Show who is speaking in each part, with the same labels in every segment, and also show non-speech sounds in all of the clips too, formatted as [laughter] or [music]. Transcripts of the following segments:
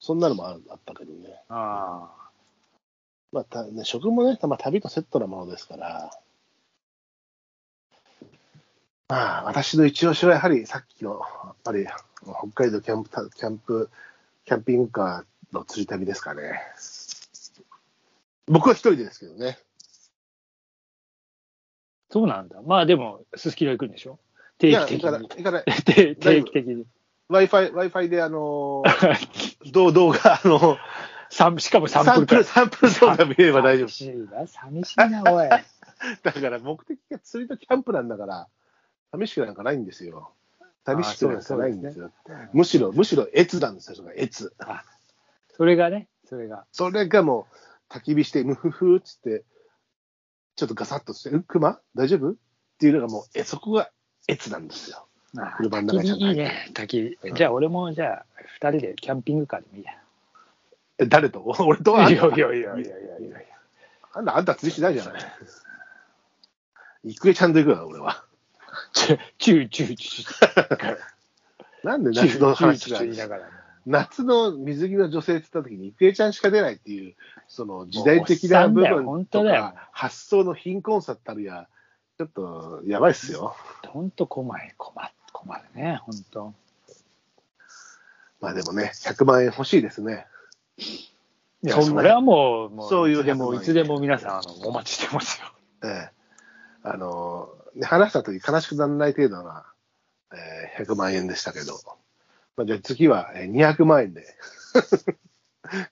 Speaker 1: そんなのもああったけどね。
Speaker 2: ああ。
Speaker 1: まあ、たね食もね、まあ、旅とセットなものですから。まあ、私の一押しはやはりさっきの、やっぱり北海道キャンプタ、キャンプ、キャンピングカーの釣り旅ですかね。僕は一人ですけどね。
Speaker 2: そうなんだ。まあでも、すすきの行くんでしょ定
Speaker 1: いや、行
Speaker 2: 期的
Speaker 1: かない、
Speaker 2: に。
Speaker 1: 行かない。
Speaker 2: 定定期的に。
Speaker 1: Wi-Fi、Wi-Fi であの
Speaker 2: [laughs]
Speaker 1: ー、動動画、あの、
Speaker 2: サンしかもサ
Speaker 1: サン
Speaker 2: ンプ
Speaker 1: プ
Speaker 2: ル
Speaker 1: ル、サンプル動画見れば大丈夫
Speaker 2: 寂。しいな、寂しいな、おい。
Speaker 1: だから目的が釣りとキャンプなんだから、寂しくなんかないんですよ。寂しくなんかないんですよ。むしろ、むしろ越なんですよ、それが越。
Speaker 2: それがね、それが。
Speaker 1: それがもう、焚き火して、ムフフっつって、ちょっとガサッとして、うん、熊大丈夫っていうのがもう、えそこが越なんですよ。
Speaker 2: あ
Speaker 1: 車の中じゃ
Speaker 2: 焚き
Speaker 1: ない
Speaker 2: いいね、焚き火。じゃあ、俺も、じゃあ、二人でキャンピングカーでもいいや。
Speaker 1: え誰と [laughs] 俺とはい
Speaker 2: やいやいやいやいやいやい
Speaker 1: あんた、あんた釣りしないじゃない。郁恵ちゃんと行くわ、俺は。
Speaker 2: や。チューチューチュー。
Speaker 1: なんで
Speaker 2: チュー
Speaker 1: 夏の話
Speaker 2: チュー
Speaker 1: が
Speaker 2: チュー言いながら。
Speaker 1: 夏の水着の女性って言った時に、郁恵ちゃんしか出ないっていう、その時代的な部
Speaker 2: もうおっ
Speaker 1: 分
Speaker 2: さ
Speaker 1: と
Speaker 2: んだよ本当だ
Speaker 1: か、発想の貧困さったりや、ちょっとやばいっすよ。
Speaker 2: ほんと困る、困る、困るね、ほんと。
Speaker 1: まあでもね、100万円欲しいですね。
Speaker 2: いや、
Speaker 1: そんな
Speaker 2: それはもう、も
Speaker 1: そういう
Speaker 2: つでも、
Speaker 1: 100
Speaker 2: いつでも皆さん、あの、お待ちしてますよ。
Speaker 1: ええあのね、話した時悲しくならない程度な、えー100万円でしたけど、まあ、じゃあ次はえー200万円で、 [laughs]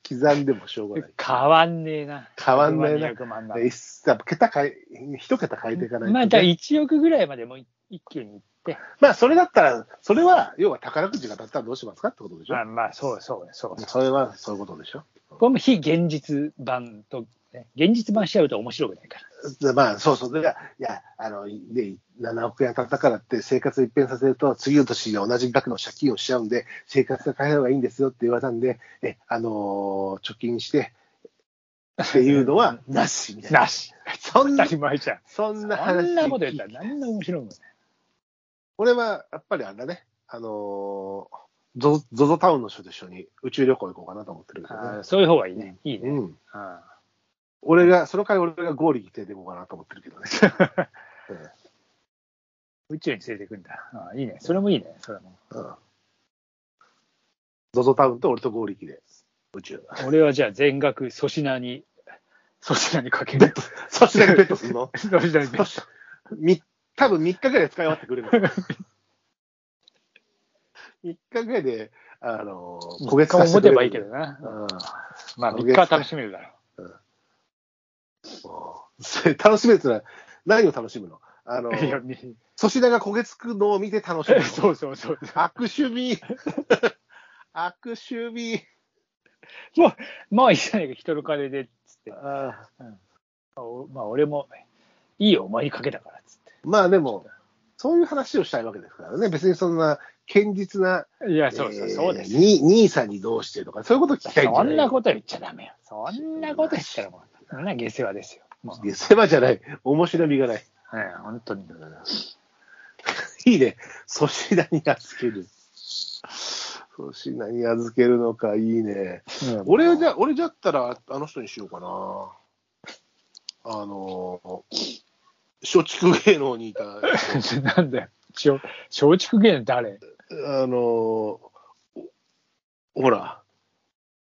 Speaker 1: 刻んでもしょうがない。
Speaker 2: 変わんねえな。
Speaker 1: 変わん
Speaker 2: [laughs]
Speaker 1: ねえな
Speaker 2: 200万だ
Speaker 1: で一やっぱ桁変え、一桁変えていかないと、ね。
Speaker 2: まあ、じゃあ1億ぐらいまでもう一気にいって、
Speaker 1: まあ、それだったら、それは、要は宝くじが当たったらどうしますかってことでしょ
Speaker 2: ま。あまあ、そうそうそうそう。
Speaker 1: それは、そういうことでしょ。
Speaker 2: これも非現実版と、ね、現実版しちゃうと面白くないから。
Speaker 1: でまあ、そうそう。で、いや、あの、で、7億円当たったからって生活を一変させると、次の年同じ額の借金をしちゃうんで、生活が変えた方がいいんですよって言われたんで、え、あのー貯金して、っていうのは、なし、みたいな。
Speaker 2: [laughs] なし。
Speaker 1: そん
Speaker 2: 当
Speaker 1: な、
Speaker 2: たり前じゃん。
Speaker 1: そんな
Speaker 2: あ
Speaker 1: 話。
Speaker 2: んなこと言ったら何の面白いもんね。
Speaker 1: これは、やっぱりあれだね、あのー、ゾゾゾタウンの人と一緒に宇宙旅行行こうかなと思ってるけど
Speaker 2: あ
Speaker 1: ね
Speaker 2: ーそういう方がいいね。いいね。
Speaker 1: うん。
Speaker 2: あ
Speaker 1: 俺が、その代わり俺が合理規定でいこうかなと思ってるけどね。 [laughs]
Speaker 2: ー宇宙に連れていくんだ。あーいいね。それもいいね。それも。
Speaker 1: うん。ゾゾタウンと俺と合力で宇宙。
Speaker 2: 俺はじゃあ全額粗品に、粗品にかける。
Speaker 1: そしてベッドす [laughs] んの
Speaker 2: 粗品にベッド
Speaker 1: み多分3日ぐらい使い終わってくれるの。3日ぐらいで、あのー、焦げつ
Speaker 2: 三
Speaker 1: か
Speaker 2: 日
Speaker 1: せて
Speaker 2: も持
Speaker 1: く
Speaker 2: て
Speaker 1: れ
Speaker 2: ば
Speaker 1: る
Speaker 2: いいけどな。
Speaker 1: うん。
Speaker 2: まあ
Speaker 1: 焦
Speaker 2: 3
Speaker 1: げつ
Speaker 2: 日
Speaker 1: か
Speaker 2: は楽しめるだろう。
Speaker 1: もうそれ [laughs] 楽しめるってのは何を楽しむのあのー、
Speaker 2: いやみ [laughs]
Speaker 1: 粗品が焦げつくのを見て楽しむの。
Speaker 2: そうそうそう。
Speaker 1: 悪趣味。悪趣味。
Speaker 2: まあいいじゃないか、人の金でっつって。
Speaker 1: あー
Speaker 2: おまあ俺もいいよお前にかけたからっつっ
Speaker 1: まあでも、そういう話をしたいわけですからね、別にそんな堅実な、
Speaker 2: ていやそうそうそうです、
Speaker 1: えーに兄さんにどうしてとか、そういうこと聞きたいんじ
Speaker 2: そ
Speaker 1: ゃない
Speaker 2: んなこと言っちゃダメよそんなこと言ったらもうそんな下世話ですよもう、
Speaker 1: いや世話じゃない、面白みがない。
Speaker 2: はい、本当に
Speaker 1: いいね、粗品に預ける。粗品に預けるのか、いいね。俺はじ
Speaker 2: ゃ
Speaker 1: ゃあ、俺じゃったら、あの人にしようかな。あの松竹芸能にいた、
Speaker 2: なんだよ一応松竹芸能誰
Speaker 1: あのーおほら、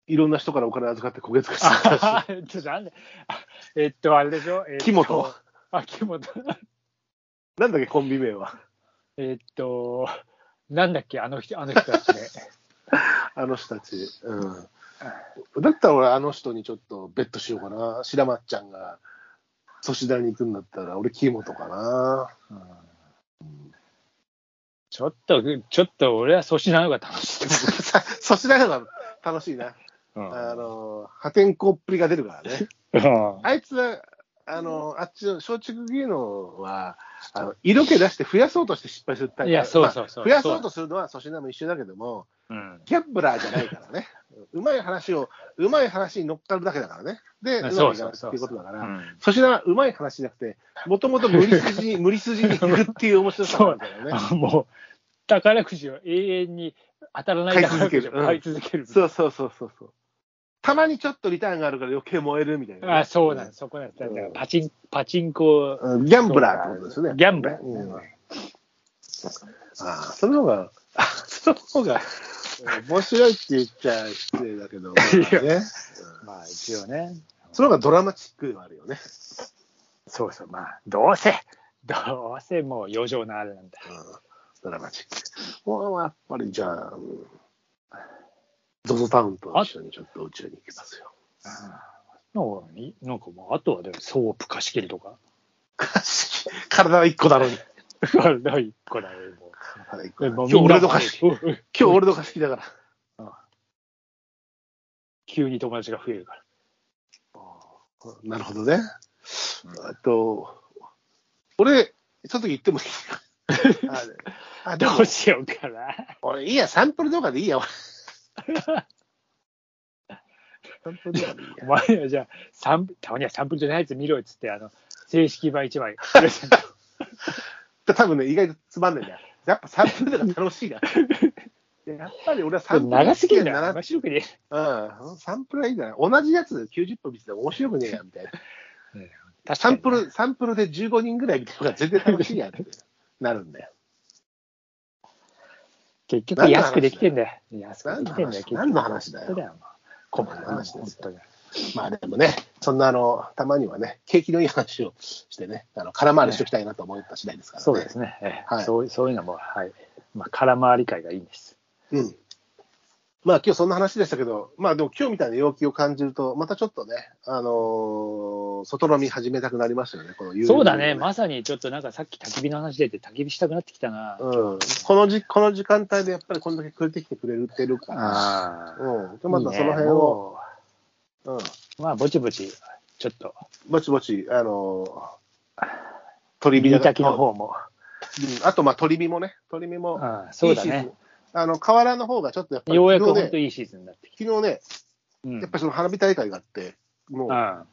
Speaker 1: いろんな人からお金預かって焦げつかしちゃった
Speaker 2: あえっとなんであえっとあれでしょ、えっと、
Speaker 1: 木本
Speaker 2: あ木本
Speaker 1: なんだっけ、コンビ名は。
Speaker 2: えっとなんだっけあの人あの人たちね
Speaker 1: あの人たち。うん。だったら俺、あの人にちょっとベットしようかな。白松ちゃんが粗品に行くんだったら、俺、木本かな。
Speaker 2: [laughs] うんちょっとちょっと俺は粗品の方が楽しいと
Speaker 1: [laughs] 粗品の方が楽しいな。
Speaker 2: 思う、うん
Speaker 1: あの、破天荒っぷりが出るからね。
Speaker 2: うん
Speaker 1: あいつは、あの、あっちの松竹芸能は、あの色気出して増やそうとして失敗するタイプ。
Speaker 2: いやそうそうそう
Speaker 1: まあ増やそうとするのは粗品も一緒だけども、
Speaker 2: うん
Speaker 1: ギャンブラーじゃないからね。うまい話を、うまい話に乗っかるだけだからね。で、うま
Speaker 2: あ
Speaker 1: くい
Speaker 2: そう
Speaker 1: か
Speaker 2: そ
Speaker 1: な
Speaker 2: う
Speaker 1: いっ
Speaker 2: そう
Speaker 1: ていうことだか
Speaker 2: う
Speaker 1: ら。
Speaker 2: ん
Speaker 1: そしならうまい話
Speaker 2: [laughs]
Speaker 1: じゃなくて、もともと無理筋に、無理筋に行くっていう面白さがあるからね。
Speaker 2: もう、宝くじは永遠に当たらない宝くじを買
Speaker 1: 買
Speaker 2: い
Speaker 1: い
Speaker 2: 続ける。
Speaker 1: そうそうそうそうそう。たまにちょっとリターンがあるから余計燃えるみたいなね、
Speaker 2: あそうなんです、そこなんです。だからパチン、パチンコ、
Speaker 1: うんギャンブラーってことですよね。
Speaker 2: ギャンブラー
Speaker 1: うんああ、その方が、あその方が面白いって言っちゃ失礼だけ
Speaker 2: [laughs]
Speaker 1: ど、まあね、
Speaker 2: まあ一応ね、
Speaker 1: その方がドラマチックではあるよね。
Speaker 2: そうそう、まあ、どうせ、どうせもう余剰なあれなんだ。
Speaker 1: うんドラマチック。もうやっぱりじゃあ、うんゾゾタウンと一緒にちょっと宇宙に行きます
Speaker 2: [laughs]
Speaker 1: よ。 [laughs]
Speaker 2: のになんかもう、あとはでもソープ貸し切りとか。
Speaker 1: 体は一個だろうに。
Speaker 2: [laughs] ないこれ
Speaker 1: 体は一
Speaker 2: も
Speaker 1: 個
Speaker 2: う
Speaker 1: だろうに今日俺の貸し、
Speaker 2: みんなもう
Speaker 1: 今日俺の貸し切りだから。
Speaker 2: [laughs] 急に友達が増えるから。
Speaker 1: なるほどね。あと、俺、その時行ってもいいか [laughs] ああで
Speaker 2: ど
Speaker 1: も、
Speaker 2: うしようかな。
Speaker 1: 俺、いいや、サンプル動画でいいや、俺。サンプル動画でいい
Speaker 2: お
Speaker 1: や。
Speaker 2: 前はじゃあ、サンたまにはサンプルじゃないやつ見ろっつって、あの、正式版一枚。
Speaker 1: 多分ね、意外とつまんないんだよ。やっぱサンプル動画楽しい [laughs] な。やっぱり俺はサンプル
Speaker 2: 長すぎる
Speaker 1: 好き
Speaker 2: な。
Speaker 1: や
Speaker 2: 面白くね
Speaker 1: うん、サンプルはいいんだな。同じやつ90分見てても面白くねえや、みたいな。
Speaker 2: え。
Speaker 1: サンプル、サンプルで15人ぐらい見た方が全然楽しいや、ってなるんだよ。
Speaker 2: 結局安くできてんだよ。安くできてんだよ。
Speaker 1: 何の話だよ
Speaker 2: 結局そうだよ。困るな、
Speaker 1: 何の話だよ
Speaker 2: 本当に。
Speaker 1: まあでもね、そんなあの、たまにはね、景気のいい話をしてね、あの空回りしておきたいなと思った次第ですからね。
Speaker 2: そうですね。ええ
Speaker 1: はい
Speaker 2: そうそういうのも、はい。まあ、空回り会がいいんです。
Speaker 1: うん。まあ今日そんな話でしたけど、まあでも今日みたいな陽気を感じると、またちょっとね、あのー外飲み始めたくなりますよね、この夕
Speaker 2: そうだね、まさにちょっとなんかさっき焚き火の話出て、焚き火したくなってきたな。
Speaker 1: うん、このじこの時間帯でやっぱりこんだけくれてきてくれるってるから、
Speaker 2: ああ。
Speaker 1: うん、またその辺を、
Speaker 2: いいね。
Speaker 1: う
Speaker 2: も
Speaker 1: ん、
Speaker 2: うまあ、ぼちぼち、ちょっと、
Speaker 1: ぼちぼち、あのー取り
Speaker 2: 耳
Speaker 1: 火だ
Speaker 2: たきの方も。
Speaker 1: うんあとまあ取り火もね、取り火も、
Speaker 2: ああそうだ
Speaker 1: いいシーズ
Speaker 2: ね
Speaker 1: ン。。あの、河原の方がちょっとやっぱり、
Speaker 2: ようやく
Speaker 1: 昨日
Speaker 2: 本当
Speaker 1: ね、
Speaker 2: いいシーズンになってき
Speaker 1: 昨日ね、
Speaker 2: た。うん
Speaker 1: やっぱりその花火大会があって、もう
Speaker 2: あ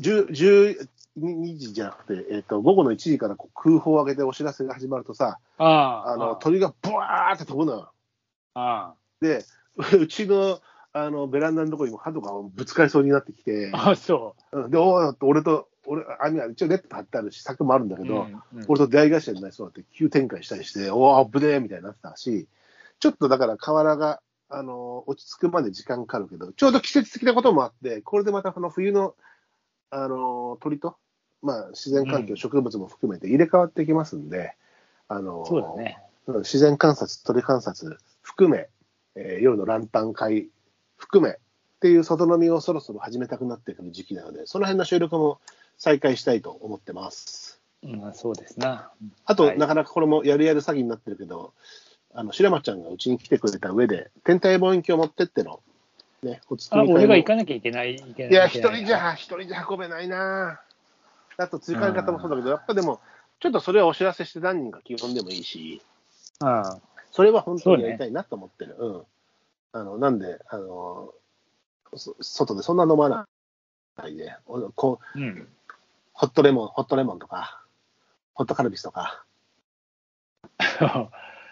Speaker 1: 10 10 12時じゃなくて、えっと午後の1時からこう空砲を上げてお知らせが始まるとさ、
Speaker 2: ああ
Speaker 1: あの
Speaker 2: あ
Speaker 1: 鳥がブワーって飛ぶのよ。
Speaker 2: あ
Speaker 1: で、 [laughs] うちのあのベランダのところにも鳩がぶつかりそうになってきて、
Speaker 2: ああ、そ
Speaker 1: うんで、おー俺と、俺、あみは一応ネット張ってあるし、柵もあるんだけ
Speaker 2: う。
Speaker 1: ど、
Speaker 2: うん
Speaker 1: 俺と出会い頭になりそうだって急展開したりして、おお、危ねえみたいになってたし、ちょっとだから河原が、あのー落ち着くまで時間かかるけど、ちょうど季節的なこともあって、これでまたこの冬の、あのー鳥と、まあ、自然環境、
Speaker 2: うん
Speaker 1: 植物も含めて入れ替わってきますんで、あのー
Speaker 2: そうだね。
Speaker 1: うん自然観察、鳥観察含め、えー夜のランタン会含めっていう外飲みをそろそろ始めたくなってくる時期なので、その辺の収録も再開したいと思ってます。
Speaker 2: うん、そうですな。
Speaker 1: あと、
Speaker 2: はい
Speaker 1: なかなかこれもやるやる詐欺になってるけど、あの白松ちゃんがうちに来てくれた上で、天体望遠鏡を持ってっての、ね、お
Speaker 2: あ、
Speaker 1: 包み会も
Speaker 2: 俺が行かなきゃいけない。いけない
Speaker 1: いや、
Speaker 2: いけ
Speaker 1: 一
Speaker 2: ない
Speaker 1: 人じゃ、一人じゃ運べないなぁあと、追加の方もそうだけど、やっぱでも、ちょっとそれはお知らせして何人か呼んでもいいし、
Speaker 2: あ
Speaker 1: それは本当にやりたいなと思ってる。うん。あの、なんで、あの、そ外でそんな飲まないで、おこう
Speaker 2: あうん。
Speaker 1: ホットレモン、ホットレモンとか、ホットカルピスとか、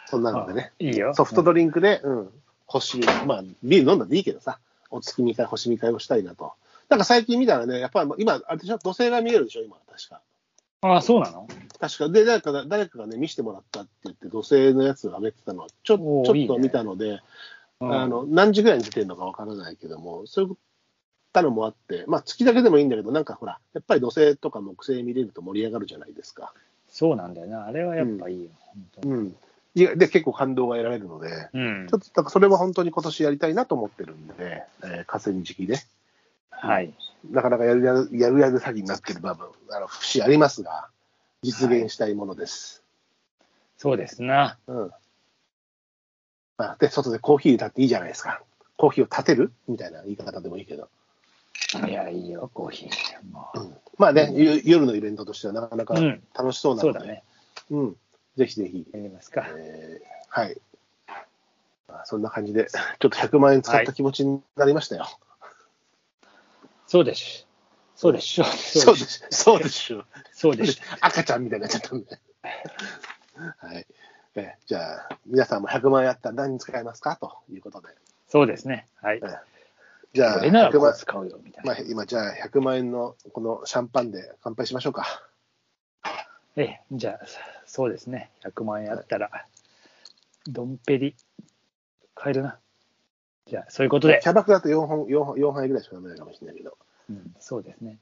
Speaker 1: そんなのでね。
Speaker 2: [laughs] いいよ。
Speaker 1: ソフトドリンクで、うん、星、まあ、ビール飲んだっていいけどさ、お月見会、星見会をしたいなと。なんか最近見たらね、やっぱり今、あれでしょ、土星が見えるでしょ、今、確か。
Speaker 2: ああ、そうなの
Speaker 1: 確か。で、誰か誰かがね、見せてもらったって言って、土星のやつを上げてたのをちょ
Speaker 2: おー
Speaker 1: ちょ
Speaker 2: い
Speaker 1: っ
Speaker 2: い
Speaker 1: と
Speaker 2: ね
Speaker 1: 見たので、
Speaker 2: うん
Speaker 1: あの何時ぐらいに出てるのかわからないけども、そういったのもあって、まあ、月だけでもいいんだけど、なんかほら、やっぱり土星とか木星見れると盛り上がるじゃないですか。
Speaker 2: そうなんだよな。あれはやっぱいいよ。本当に
Speaker 1: うん。いやで、結構感動が得られるので。
Speaker 2: うん
Speaker 1: ちょっと、だからそれは本当に今年やりたいなと思ってるんで、えー、稼ぎ時期で、
Speaker 2: はい。
Speaker 1: なかなかやるやるやるやる詐欺になってる部分、あの節ありますが、実現したいものです。
Speaker 2: そうですな。
Speaker 1: うんまあ、で、外でコーヒー入れたっていいじゃないですか。コーヒーを立てるみたいな言い方でもいいけど、
Speaker 2: いや、いいよ、コーヒー。もう
Speaker 1: まあね、ゆ夜のイベントとしてはなかなか
Speaker 2: うん
Speaker 1: 楽しそうな
Speaker 2: そ
Speaker 1: の
Speaker 2: う
Speaker 1: で、
Speaker 2: だね。
Speaker 1: うん、ぜひぜひ、
Speaker 2: やりますか。
Speaker 1: えーはい。まあそんな感じで、ちょっと100万円使った気持ちになりましたよ。
Speaker 2: そうです。そうです。そ
Speaker 1: [laughs] そうう
Speaker 2: で。
Speaker 1: ですす。そうでしょ。
Speaker 2: そうです。
Speaker 1: 赤ちゃんみたいになっちゃったんで。はい。えじゃあ、皆さんも100万円あったら何に使いますかということで。
Speaker 2: そうですね。はい。
Speaker 1: え
Speaker 2: こ
Speaker 1: じゃあ、
Speaker 2: れなら
Speaker 1: 100
Speaker 2: こ
Speaker 1: 万
Speaker 2: う使うよ、みたい
Speaker 1: ま
Speaker 2: な
Speaker 1: あ。、今、じゃあ100万円のこのシャンパンで乾杯しましょうか。
Speaker 2: ええ、じゃあ、そうですね。100万円あったら、ドンペリ、買えるな。じゃあ、そういうことで
Speaker 1: キ。ャバクラだと4本、4本、4杯ぐらいしか飲めないかもしれないけど。
Speaker 2: うん、そうですね。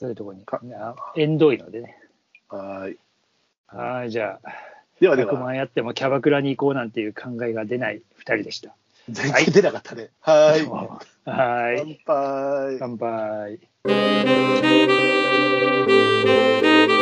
Speaker 2: そういうところに
Speaker 1: か、
Speaker 2: あ縁遠いのでね。
Speaker 1: はーい。
Speaker 2: はい、じゃあ、
Speaker 1: ではで
Speaker 2: 100
Speaker 1: は、
Speaker 2: 万円あってもキャバクラに行こうなんていう考えが出ない2人でした。
Speaker 1: 全然出なかったね。は
Speaker 2: [laughs]
Speaker 1: ーい。
Speaker 2: はい。
Speaker 1: 乾杯。
Speaker 2: 乾杯。